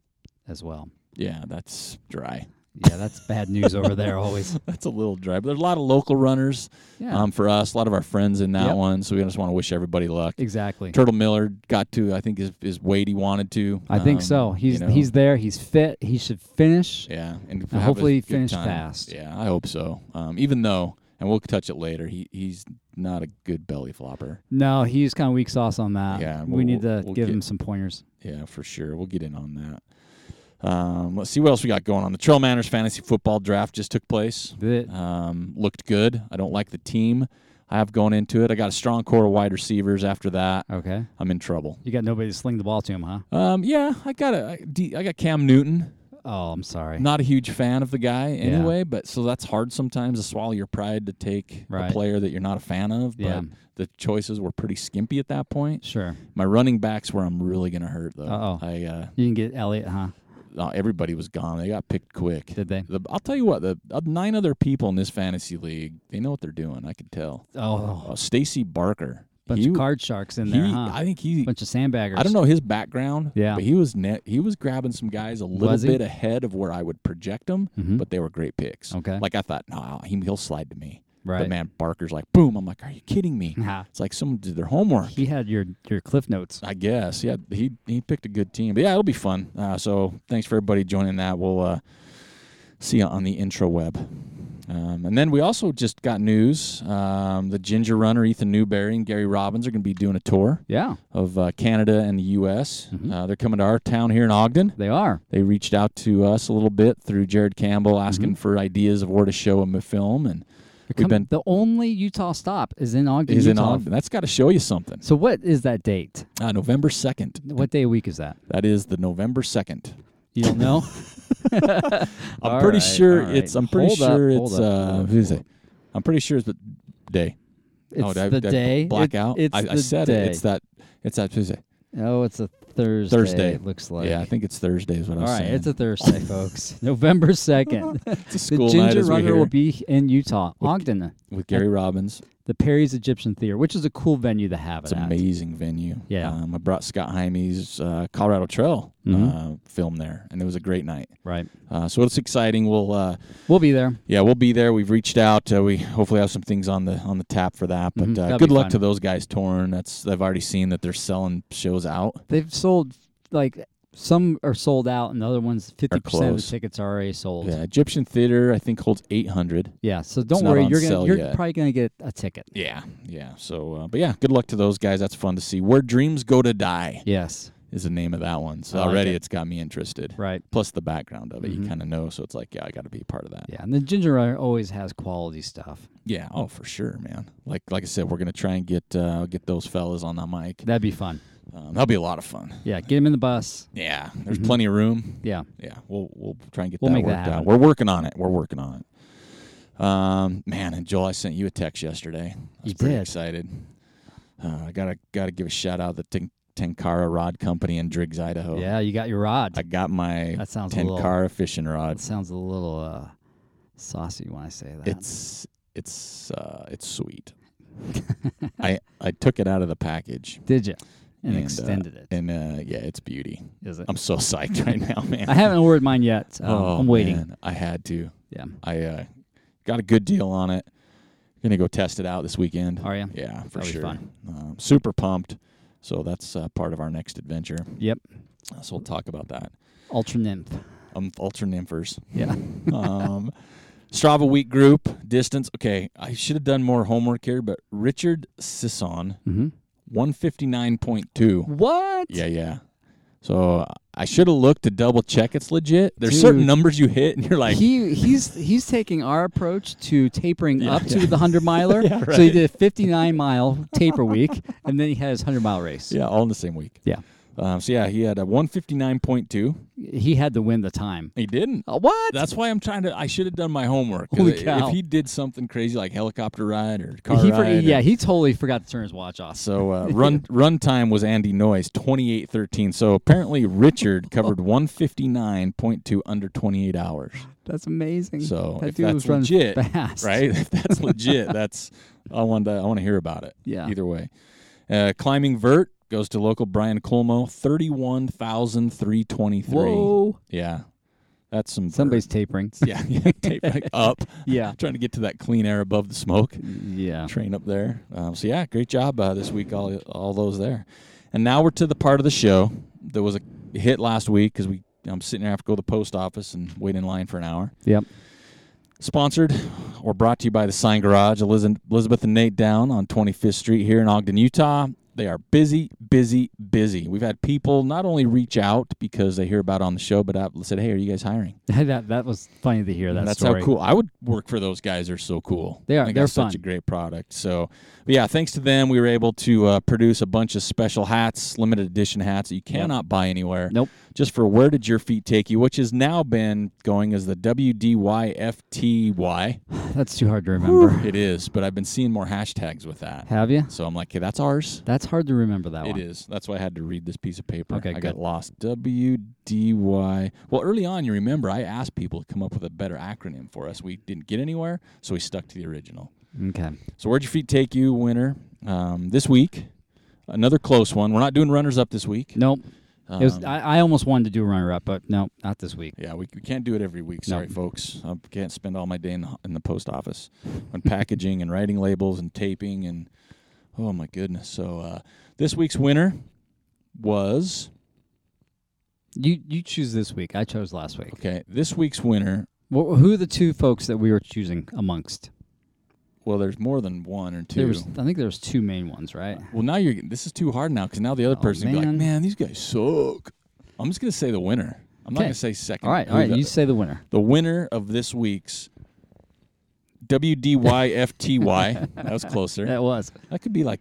B: as well.
A: Yeah, that's dry. [LAUGHS]
B: Yeah, that's bad news over there always.
A: That's a little dry. But there's a lot of local runners
B: Yeah,
A: um, for us, a lot of our friends in that
B: Yep.
A: one. So we just want to wish everybody luck.
B: exactly.
A: Turtle Miller got to, I think, his, his weight he wanted to.
B: I think
A: Um,
B: so.
A: you
B: He's
A: know,
B: he's there. He's fit. He should finish.
A: yeah, and, have a
B: hopefully he
A: good
B: finished
A: time.
B: fast.
A: Yeah, I hope so. Um, even though, and we'll touch it later, he he's not a good belly flopper.
B: No, he's kind of weak sauce on that.
A: Yeah,
B: we
A: we'll-
B: need to
A: we'll- we'll
B: give
A: get-
B: him some pointers.
A: Yeah, for sure. We'll get in on that. Um, let's see what else we got going on. The Trail Manners Fantasy Football Draft just took place.
B: Th-
A: Um, looked good. I don't like the team I have going into it. I got a strong core of wide receivers. After that,
B: okay,
A: I'm in trouble.
B: you got nobody to sling the ball to him, huh?
A: Um, yeah, I got a I- D- I got Cam Newton.
B: Oh, I'm sorry.
A: Not a huge fan of the guy anyway, but so that's hard sometimes to swallow your pride to take
B: Right.
A: a player that you're not a fan of. But
B: Yeah.
A: the choices were pretty skimpy at that point.
B: Sure.
A: My running backs where I'm really gonna hurt though.
B: Uh-oh.
A: I uh,
B: You didn't get Elliot, huh?
A: uh, everybody was gone. They got picked quick.
B: Did they?
A: The, I'll tell you what, the uh, nine other people in this fantasy league, they know what they're doing. I could tell.
B: Oh,
A: Uh, Stacy Barker,
B: bunch
A: he-
B: of card sharks in
A: he-
B: there, huh?
A: I think he.
B: bunch of sandbaggers. [LAUGHS]
A: I don't know his background.
B: Yeah.
A: but he was net. He was grabbing some guys a little
B: Was he?
A: bit ahead of where I would project them,
B: Mhm.
A: but they were great picks.
B: Okay.
A: like I thought, nah, he, he'll slide to me.
B: right.
A: But man, Barker's like, boom. I'm like, are you kidding
B: [LAUGHS]
A: me?
B: Yeah.
A: It's like someone did their homework.
B: He had your your cliff notes.
A: I guess. Yeah, he he picked a good team. But yeah, it'll be fun. Uh, so thanks for everybody joining that. We'll uh, see you on the intro web. Um, and then we also just got news. Um, the Ginger Runner, Ethan Newberry, and Gary Robbins are going to be doing a tour
B: Yeah,
A: of uh, Canada and the U.S.
B: Mhm.
A: Uh, they're coming to our town here in Ogden.
B: they are.
A: They reached out to us a little bit through Jared Campbell asking
B: Mm-hmm.
A: for ideas of where to show a film. And
B: They're
A: We've
B: coming-
A: been-
B: the only Utah stop is in Ogden,
A: he's in
B: Utah.
A: Ogden. That's got to show you something.
B: So what is that date?
A: Uh, November 2nd.
B: What day of week is that?
A: That is the November 2nd.
B: You don't know?
A: [LAUGHS] I'm
B: All
A: pretty
B: right,
A: sure
B: all right.
A: it's. I'm pretty
B: Hold up,
A: sure
B: hold
A: it's.
B: up,
A: uh,
B: hold up,
A: who's
B: hold
A: it? I'm pretty sure it's the day.
B: It's
A: oh, did I-
B: the
A: did I
B: day.
A: Black
B: It-
A: out.
B: It's
A: I,
B: the
A: I said
B: day.
A: it. It's that. It's that Tuesday.
B: Oh, it's a Thursday.
A: Thursday.
B: It looks like.
A: yeah, I think it's Thursday is what I
B: All
A: was
B: right,
A: saying.
B: it's a Thursday, folks.
A: [LAUGHS]
B: November second.
A: It's a
B: the
A: school night
B: Ginger
A: as we
B: Runner
A: hear,
B: will be in Utah, Ogden,
A: with Gary Robbins.
B: the Perry's Egyptian Theater, which is a cool venue to have
A: It's
B: it
A: an
B: at.
A: amazing venue.
B: Yeah.
A: Um, I brought Scott Hyme's uh, Colorado Trail
B: Mhm.
A: uh, film there, and it was a great night.
B: Right.
A: Uh, so it's exciting. We'll. Uh,
B: We'll be there.
A: yeah, we'll be there. We've reached out. Uh, we hopefully have some things on the on the tap for that. But
B: Mhm,
A: uh,
B: that'd
A: good
B: be
A: luck
B: fun.
A: to those guys torn. That's I've already seen that they're selling shows out.
B: They've sold like some are sold out, and the other ones fifty percent of
A: close.
B: the tickets are already sold.
A: Yeah, Egyptian Theater I think holds 800.
B: Yeah, so don't
A: not
B: worry,
A: on
B: you're gonna
A: sale
B: you're
A: yet.
B: probably gonna get a ticket.
A: Yeah, yeah. So, uh, but yeah, good luck to those guys. That's fun to see. Where Dreams Go to Die
B: Yes,
A: is the name of that one. So
B: I like
A: already
B: it.
A: it's got me interested.
B: right.
A: Plus the background of it,
B: Mhm.
A: you kind of know. So it's like, yeah, I got to be a part of that. Yeah.
B: Yeah, and the ginger runner always has quality stuff.
A: oh for sure, man. Like like I said, we're gonna try and get uh, get those fellas on the mic.
B: That'd be fun.
A: Um, that'll be a lot of fun.
B: Yeah, get him in the bus.
A: Yeah, there's plenty of room.
B: Yeah,
A: Yeah, we'll we'll try and get
B: Mm-hmm. We'll
A: that
B: make that
A: worked out.
B: happen.
A: We're working on it. We're working on it. Um, man, and Joel, I sent you a text yesterday. I was
B: You
A: pretty
B: did.
A: excited. Uh, I gotta gotta give a shout out to Ten- Tenkara Rod Company in Driggs, Idaho.
B: yeah, you got your rod.
A: Oh. I got my
B: that sounds a little.
A: Tenkara fishing
B: That
A: rod.
B: sounds a little uh, saucy when I say that.
A: It's it's uh, it's sweet. I I took it out of the package
B: [LAUGHS] did you and,
A: and, uh,
B: extended it?
A: and uh, yeah, it's beauty.
B: Is it?
A: I'm so psyched [LAUGHS] right now, man. Oh,
B: I haven't ordered mine yet. Um, I'm waiting.
A: man, I had to.
B: Yeah.
A: I uh, got a good deal on it. Gonna go test it out this weekend.
B: Are you?
A: Yeah, for
B: That'll be
A: sure.
B: fun.
A: Um, super pumped. So that's uh, part of our next adventure.
B: Yep.
A: So we'll talk about that.
B: Ultra nymph.
A: Um, Ultra Nymphers.
B: Yeah.
A: um, [LAUGHS] Strava Week Group distance. Okay, I should have done more homework here, but Richard Sisson,
B: Mm-hmm.
A: one fifty nine point two.
B: What?
A: Yeah, yeah. So I should have looked to double check it's legit. There's certain
B: Dude.
A: numbers you hit, and you're like,
B: he he's he's taking our approach to tapering
A: Yeah.
B: up to the hundred
A: [LAUGHS]
B: miler.
A: Yeah,
B: So he
A: right.
B: did a fifty nine mile
A: [LAUGHS]
B: taper week, and then he had his hundred mile race.
A: Yeah, all in the same week.
B: Yeah.
A: Um, so yeah, he had a 159.2.
B: He had to win the time.
A: He didn't.
B: Uh, what?
A: That's why I'm trying to. I should have done my homework. 'cause
B: Holy
A: i-
B: cow.
A: If he did something crazy like helicopter ride or car
B: he for,
A: ride, or-
B: yeah, he totally forgot to turn his watch off.
A: so
B: [LAUGHS]
A: uh, run run time was Andy Noyes 28:13. So apparently Richard covered
B: Oh.
A: 159.2 under 28 hours.
B: That's amazing.
A: So
B: that
A: if
B: dude
A: that's
B: was running
A: legit,
B: fast,
A: Right? [LAUGHS] If that's
B: [LAUGHS]
A: legit, that's I want to I want to hear about it.
B: Yeah.
A: Either way, uh, climbing vert goes to local Brian Colmo 31,323.
B: Whoa!
A: Yeah, that's some.
B: Somebody's tapering.
A: [LAUGHS]
B: [LAUGHS]
A: yeah, yeah tape back up,
B: Yeah.
A: [LAUGHS] trying to get to that clean air above the smoke.
B: Yeah.
A: Train up there. Um, so yeah, great job uh, this week, all all those there. And now we're to the part of the show that was a hit last week because we I'm sitting there I have to go to the post office and wait in line for an hour.
B: Yep. [LAUGHS]
A: Sponsored or brought to you by the Sign Garage, Eliz- Elizabeth and Nate Down on 25th Street here in Ogden, Utah. They are busy, busy, busy. We've had people not only reach out because they hear about it on the show, but I've said, "Hey, are you guys hiring?"
B: that that was funny to hear that.
A: And that's
B: story.
A: how cool. I would work for those guys. They're so cool.
B: They are.
A: I think
B: They're
A: that's such
B: fun.
A: a great product. So, but yeah, thanks to them, we were able to uh, produce a bunch of special hats, limited edition hats that you cannot buy anywhere.
B: Nope.
A: Just for where did your feet take you, which has now been going as the WDYFTY.
B: That's too hard to remember.
A: It is, but I've been seeing more hashtags with that.
B: Have you?
A: So I'm like, okay, that's ours.
B: That's hard to remember that
A: It
B: one.
A: is. That's why I had to read this piece of paper.
B: Okay,
A: I got
B: good.
A: lost. W D Y. Well, early on, you remember I asked people to come up with a better acronym for us. We didn't get anywhere, so we stuck to the original.
B: Okay.
A: So where'd your feet take you, winner? Um, this week, another close one. We're not doing runners up this week.
B: Nope.
A: Um,
B: it was. I, I almost wanted to do runner up, but no, not this week.
A: yeah, we, we can't do it every week.
B: No.
A: Sorry, folks. I can't spend all my day in the, in the post office on packaging and writing labels and taping and oh my goodness. So uh, this week's winner was
B: You you choose this week. I chose last week.
A: okay. This week's winner.
B: Wh- who are the two folks that we were choosing amongst?
A: Well, there's more than one or two.
B: There was, I think there was two main ones, right?
A: well, now you're. This is too hard now because now the other
B: Oh,
A: person be like,
B: man.
A: man, these guys suck. I'm just gonna say the winner. I'm not
B: Okay.
A: gonna say second.
B: All right,
A: who
B: all right.
A: the-
B: You say the winner.
A: the winner of this week's
B: [LAUGHS]
A: WDYFTY. that was closer.
B: That was
A: That could be like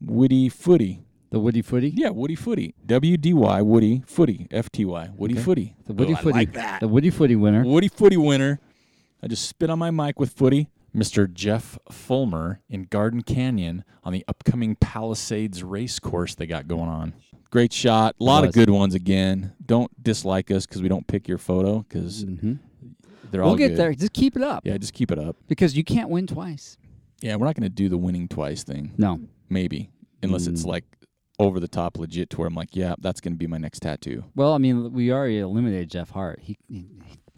A: Woody Footy.
B: the Woody Footy.
A: Yeah, Woody Footy. WDY Woody Footy FTY. Woody Footy.
B: The Woody
A: Oh, I
B: Footy.
A: like that.
B: The Woody Footy winner.
A: Woody Footy winner. I just spit on my mic with Footy. Mr. Jeff Fulmer in Garden Canyon on the upcoming Palisades race course they got going on. Great shot. A lot of
B: was.
A: good ones again. Don't dislike us because we don't pick your photo because
B: Mm-hmm.
A: they're all
B: We'll get
A: good.
B: there. Just keep it up
A: Yeah, just keep it up.
B: because you can't win twice.
A: Yeah, we're not going to do the winning twice thing.
B: No.
A: Maybe. Unless it's
B: Mm.
A: like over the top legit to where I'm like, yeah, that's going to be my next tattoo.
B: Well, I mean, we already eliminated Jeff Hart. He he,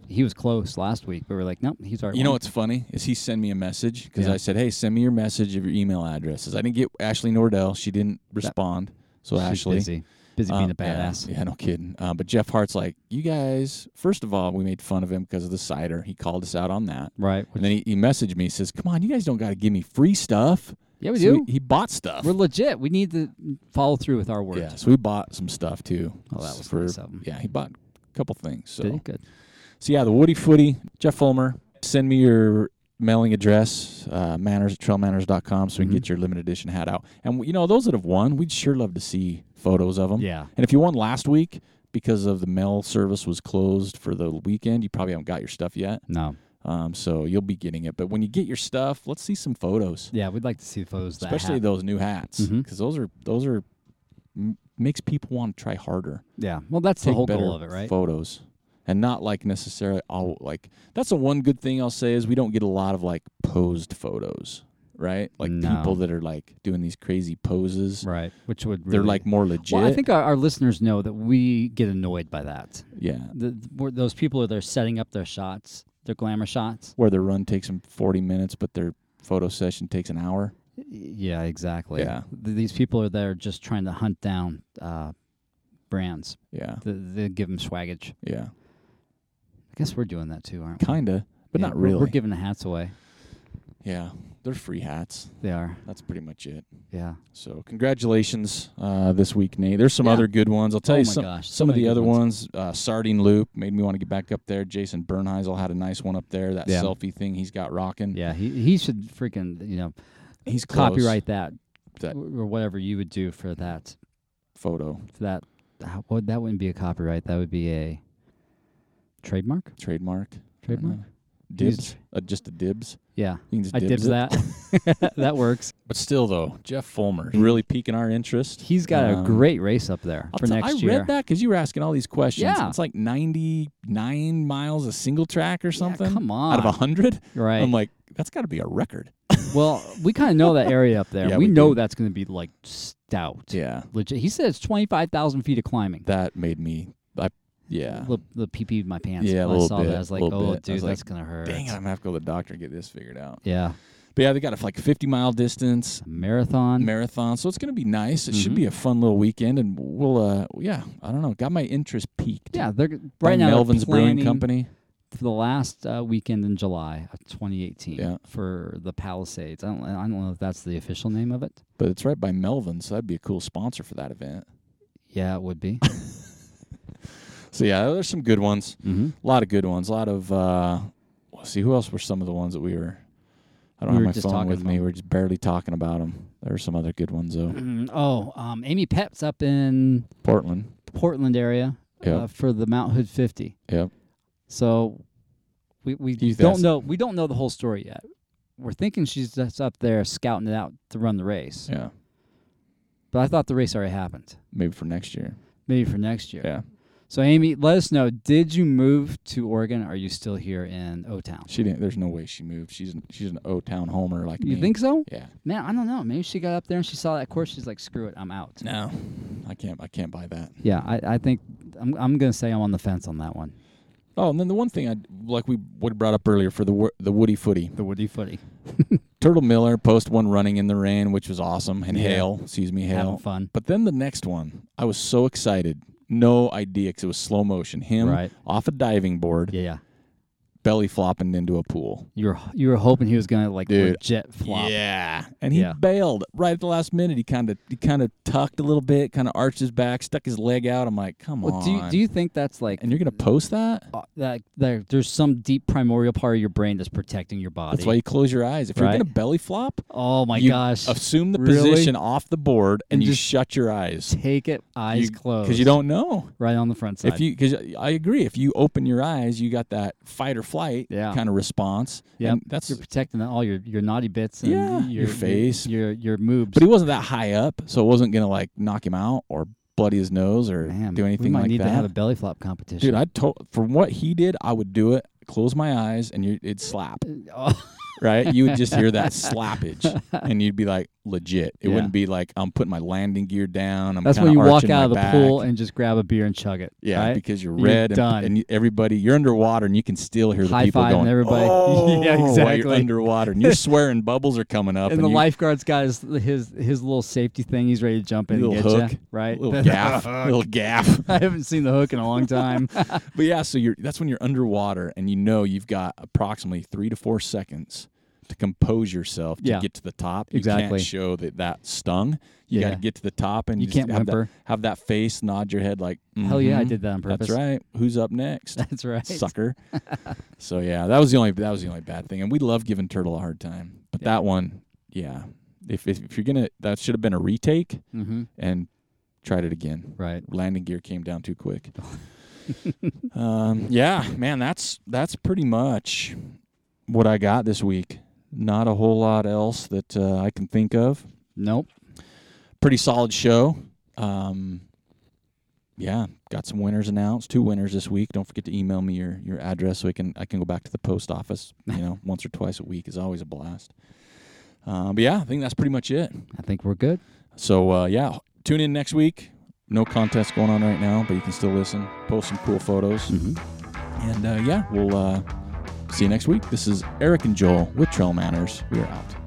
B: he was close last week, but we're like, nope, he's already.
A: You know
B: won.
A: what's funny is he sent me a message because
B: Yeah.
A: I said, hey, send me your message of your email addresses. I didn't get Ashley Nordell. She didn't respond. So
B: She's
A: Ashley.
B: busy, busy being
A: um,
B: a badass.
A: Yeah, yeah, no kidding. Uh, but Jeff Hart's like, you guys, first of all, we made fun of him because of the cider. He called us out on that.
B: Right.
A: And then he, he messaged me, says, come on, you guys don't got to give me free stuff.
B: yeah, Oh, we
A: So
B: do.
A: He, he bought stuff.
B: We're legit. We need to follow through with our words.
A: Yeah, so we bought some stuff too.
B: Oh, that was
A: for
B: nice of him.
A: yeah, he bought a couple things.
B: Did he?
A: So
B: Good.
A: so yeah, the Woody Footy, Jeff Fulmer, send me your mailing address, uh, manners at trailmanners.com so we can
B: Mm-hmm.
A: get your limited edition hat out. And you know those that have won, we'd sure love to see photos of them.
B: Yeah.
A: And if you won last week because of the mail service was closed for the weekend, you probably haven't got your stuff yet.
B: No.
A: Um, so you'll be getting it. But when you get your stuff, let's see some photos,
B: Yeah, we'd like to see photos. of That
A: especially
B: hat.
A: those new hats, because
B: Mhm.
A: those are those are m- makes people want to try harder
B: yeah. Well, that's the
A: take
B: whole
A: better
B: goal of it, right?
A: Photos, and not like necessarily all like that's the one good thing I'll say is we don't get a lot of like posed photos, right? Like
B: No.
A: people that are like doing these crazy poses.
B: right. Which would really,
A: They're like more legit.
B: Well, I think our, our listeners know that we get annoyed by that.
A: yeah,
B: The, where those people are there setting up their shots, their glamour shots.
A: where their run takes them forty minutes, but their photo session takes an hour.
B: Yeah, exactly.
A: Yeah.
B: Th- these people are there just trying to hunt down uh, brands.
A: Yeah,
B: Th they give them swaggage.
A: yeah,
B: I guess we're doing that too, aren't we?
A: kinda, but
B: Yeah,
A: not
B: we're-
A: really.
B: We're giving the hats away.
A: yeah, they're free hats.
B: They are.
A: That's pretty much it.
B: Yeah.
A: So congratulations uh, this week, Nate. There's some
B: Yeah.
A: other good ones. I'll tell
B: Oh
A: you
B: my
A: some,
B: gosh, so
A: some of
B: many
A: the
B: good
A: other ones. Uh, Sardine Loop made me want to get back up there. Jason Bernheisel had a nice one up there. That
B: Yeah.
A: selfie thing he's got rocking.
B: Yeah. He he should freaking you know
A: He's close.
B: copyright that,
A: That-
B: w- or whatever you would do for that
A: photo
B: for that. how- Well, that wouldn't be a copyright. That would be a trademark.
A: trademark. I don't
B: Trademark.
A: know.
B: Use-
A: Dibs. Uh, just a dibs.
B: Yeah.
A: You can just
B: I
A: dibs
B: dibs
A: it.
B: that. [LAUGHS] that works.
A: But still, though, Jeff Fulmer really piquing our interest.
B: He's got
A: Um,
B: a great race up there
A: I'll
B: for
A: tell-
B: next
A: I
B: year.
A: read that because you were asking all these questions.
B: Yeah.
A: It's like 99 miles a single track or something.
B: come
A: Out of
B: on.
A: 100.
B: Right.
A: I'm like, that's got to be a record.
B: [LAUGHS] Well, we kind of know that area up
A: [LAUGHS]
B: there.
A: Yeah,
B: we,
A: we
B: know
A: do.
B: that's going to be like stout.
A: Yeah.
B: Legit. He said it's 25,000 feet of climbing.
A: That made me, I, yeah.
B: The, the pee peed my pants.
A: Yeah, a
B: when I
A: little
B: saw
A: bit,
B: that. I was like,
A: little
B: oh,
A: bit. I
B: dude,
A: was like,
B: that's going to hurt.
A: Dang it, I'm gonna have to go to the doctor and get this figured out.
B: Yeah.
A: But yeah, they got a like 50 mile distance
B: Marathon.
A: marathon, so it's gonna be nice. It should
B: Mm-hmm.
A: be a fun little weekend, and we'll uh yeah, I don't know, got my interest peaked.
B: yeah. They're,
A: By
B: right now,
A: Melvin's
B: they're planning,
A: Brewing Company.
B: for the last uh, weekend in July of 2018
A: Yeah.
B: for the Palisades. I don't, I don't know if that's the official name of it.
A: But it's right by Melvin, so that'd be a cool sponsor for that event.
B: Yeah, it
A: [LAUGHS]
B: would be.
A: So yeah, there's some good ones.
B: mm-hmm.
A: A lot of good ones. A lot of uh let's see who else were some of the ones that we were I don't
B: We were
A: have my
B: just
A: phone
B: talking
A: with me.
B: about.
A: We're just barely talking about them. There were some other good ones though.
B: Oh, um, Amy Pep's up in
A: Portland.
B: Portland area
A: Yep.
B: uh, for the Mount Hood 50.
A: Yep.
B: So we, we
A: You
B: don't
A: guys-
B: know we don't know the whole story yet. We're thinking she's just up there scouting it out to run the race.
A: Yeah.
B: But I thought the race already happened.
A: Maybe for next year.
B: Maybe for next year.
A: Yeah.
B: So Amy, let us know. Did you move to Oregon? Or are you still here in O Town?
A: She didn't there's no way she moved. She's an she's an O town homer like
B: You
A: me.
B: think so?
A: Yeah.
B: Man, I don't know. Maybe she got up there and she saw that course. She's like, screw it, I'm out.
A: No. I can't I can't buy that.
B: Yeah, I, I think I'm I'm gonna say I'm on the fence on that one.
A: Oh, and then the one thing I like we what brought up earlier for the wo- the Woody Footy.
B: The Woody Footy.
A: Turtle Miller post one running in the rain, which was awesome, and
B: Yeah.
A: hail, excuse me,
B: Having
A: hail.
B: fun.
A: But then the next one, I was so excited, no idea, because it was slow motion. Him
B: Right.
A: off a diving board,
B: Yeah, yeah.
A: belly flopping into a pool.
B: You were you were hoping he was gonna like
A: Dude,
B: legit flop.
A: Yeah, and he
B: Yeah.
A: bailed right at the last minute. He kind of he kind of tucked a little bit, kind of arched his back, stuck his leg out. I'm like, come
B: Well,
A: on.
B: do you, do you think that's like
A: and you're gonna post that?
B: uh, that there, there's some deep primordial part of your brain that's protecting your body?
A: That's why you close your eyes. If
B: Right.
A: you're gonna belly flop,
B: oh my
A: you
B: gosh!
A: assume the
B: Really?
A: position off the board and,
B: And
A: you
B: just
A: shut your eyes.
B: Take it eyes closed
A: because you don't know.
B: right on the front side.
A: If you, because I agree, if you open your eyes, you got that fight or flight
B: Yeah.
A: kind of response.
B: Yep.
A: and that's.
B: you're protecting all your, your naughty bits and
A: Yeah, your
B: your,
A: face.
B: your your moves.
A: But he wasn't that high up, so it wasn't gonna like knock him out or bloody his nose or
B: Man,
A: do
B: we
A: anything
B: might
A: like
B: need
A: that.
B: to have a belly flop competition.
A: Dude, I told from what he did, I would do it. Close my eyes and you, it'd slap,
B: [LAUGHS] Oh,
A: right? You would just hear
B: [LAUGHS]
A: that slappage, and you'd be like, legit. It
B: Yeah.
A: wouldn't be like I'm putting my landing gear down. I'm
B: that's
A: kinda
B: when you walk
A: arching my
B: out of the
A: back.
B: pool and just grab a beer and chug it.
A: Yeah,
B: right?
A: because you're
B: You're
A: red
B: done.
A: and, and everybody, you're underwater and you can still hear the
B: High
A: people
B: five
A: going.
B: and everybody. [LAUGHS]
A: Oh,
B: Yeah,
A: While you're
B: exactly.
A: underwater and you're swearing bubbles are coming
B: [LAUGHS]
A: up.
B: and the
A: you-
B: lifeguard's got his, his his little safety thing. He's ready to jump in and
A: Little
B: get
A: hook.
B: you. Right?
A: [LAUGHS] little
B: [LAUGHS] That-
A: gaff, little gaff.
B: I haven't seen the hook in a
A: [LAUGHS]
B: long time.
A: But yeah, so you're that's when you're underwater and you know you've got approximately three to four seconds to compose yourself to
B: Yeah.
A: get to the top. You
B: Exactly.
A: can't show that that stung. You got
B: Yeah.
A: to get to the top and
B: You
A: just
B: can't
A: have
B: whimper.
A: That, have that face, nod your head like,
B: Hell yeah, I
A: "Mhm,
B: did that on purpose.
A: That's right. Who's up next,
B: [LAUGHS] That's right.
A: sucker? so yeah, that was the only that was the only bad thing. And we love giving Turtle a hard time, but that one, yeah. If, if if you're gonna, that should have been a retake
B: Mm-hmm.
A: and tried it again
B: Right.
A: landing gear came down too quick. um, yeah, man, that's that's pretty much what I got this week. Not a whole lot else that uh, I can think of.
B: Nope.
A: Pretty solid show. Um, yeah, got some winners announced. Two winners this week. Don't forget to email me your your address so I can I can go back to the post office. You know, once or twice a week is always a blast. Um, but yeah, I think that's pretty much it.
B: I think we're good.
A: So uh, yeah, tune in next week. No contest going on right now, but you can still listen. Post some cool photos, and uh, yeah, we'll uh, see you next week. This is Eric and Joel with Trail Manners. We are out.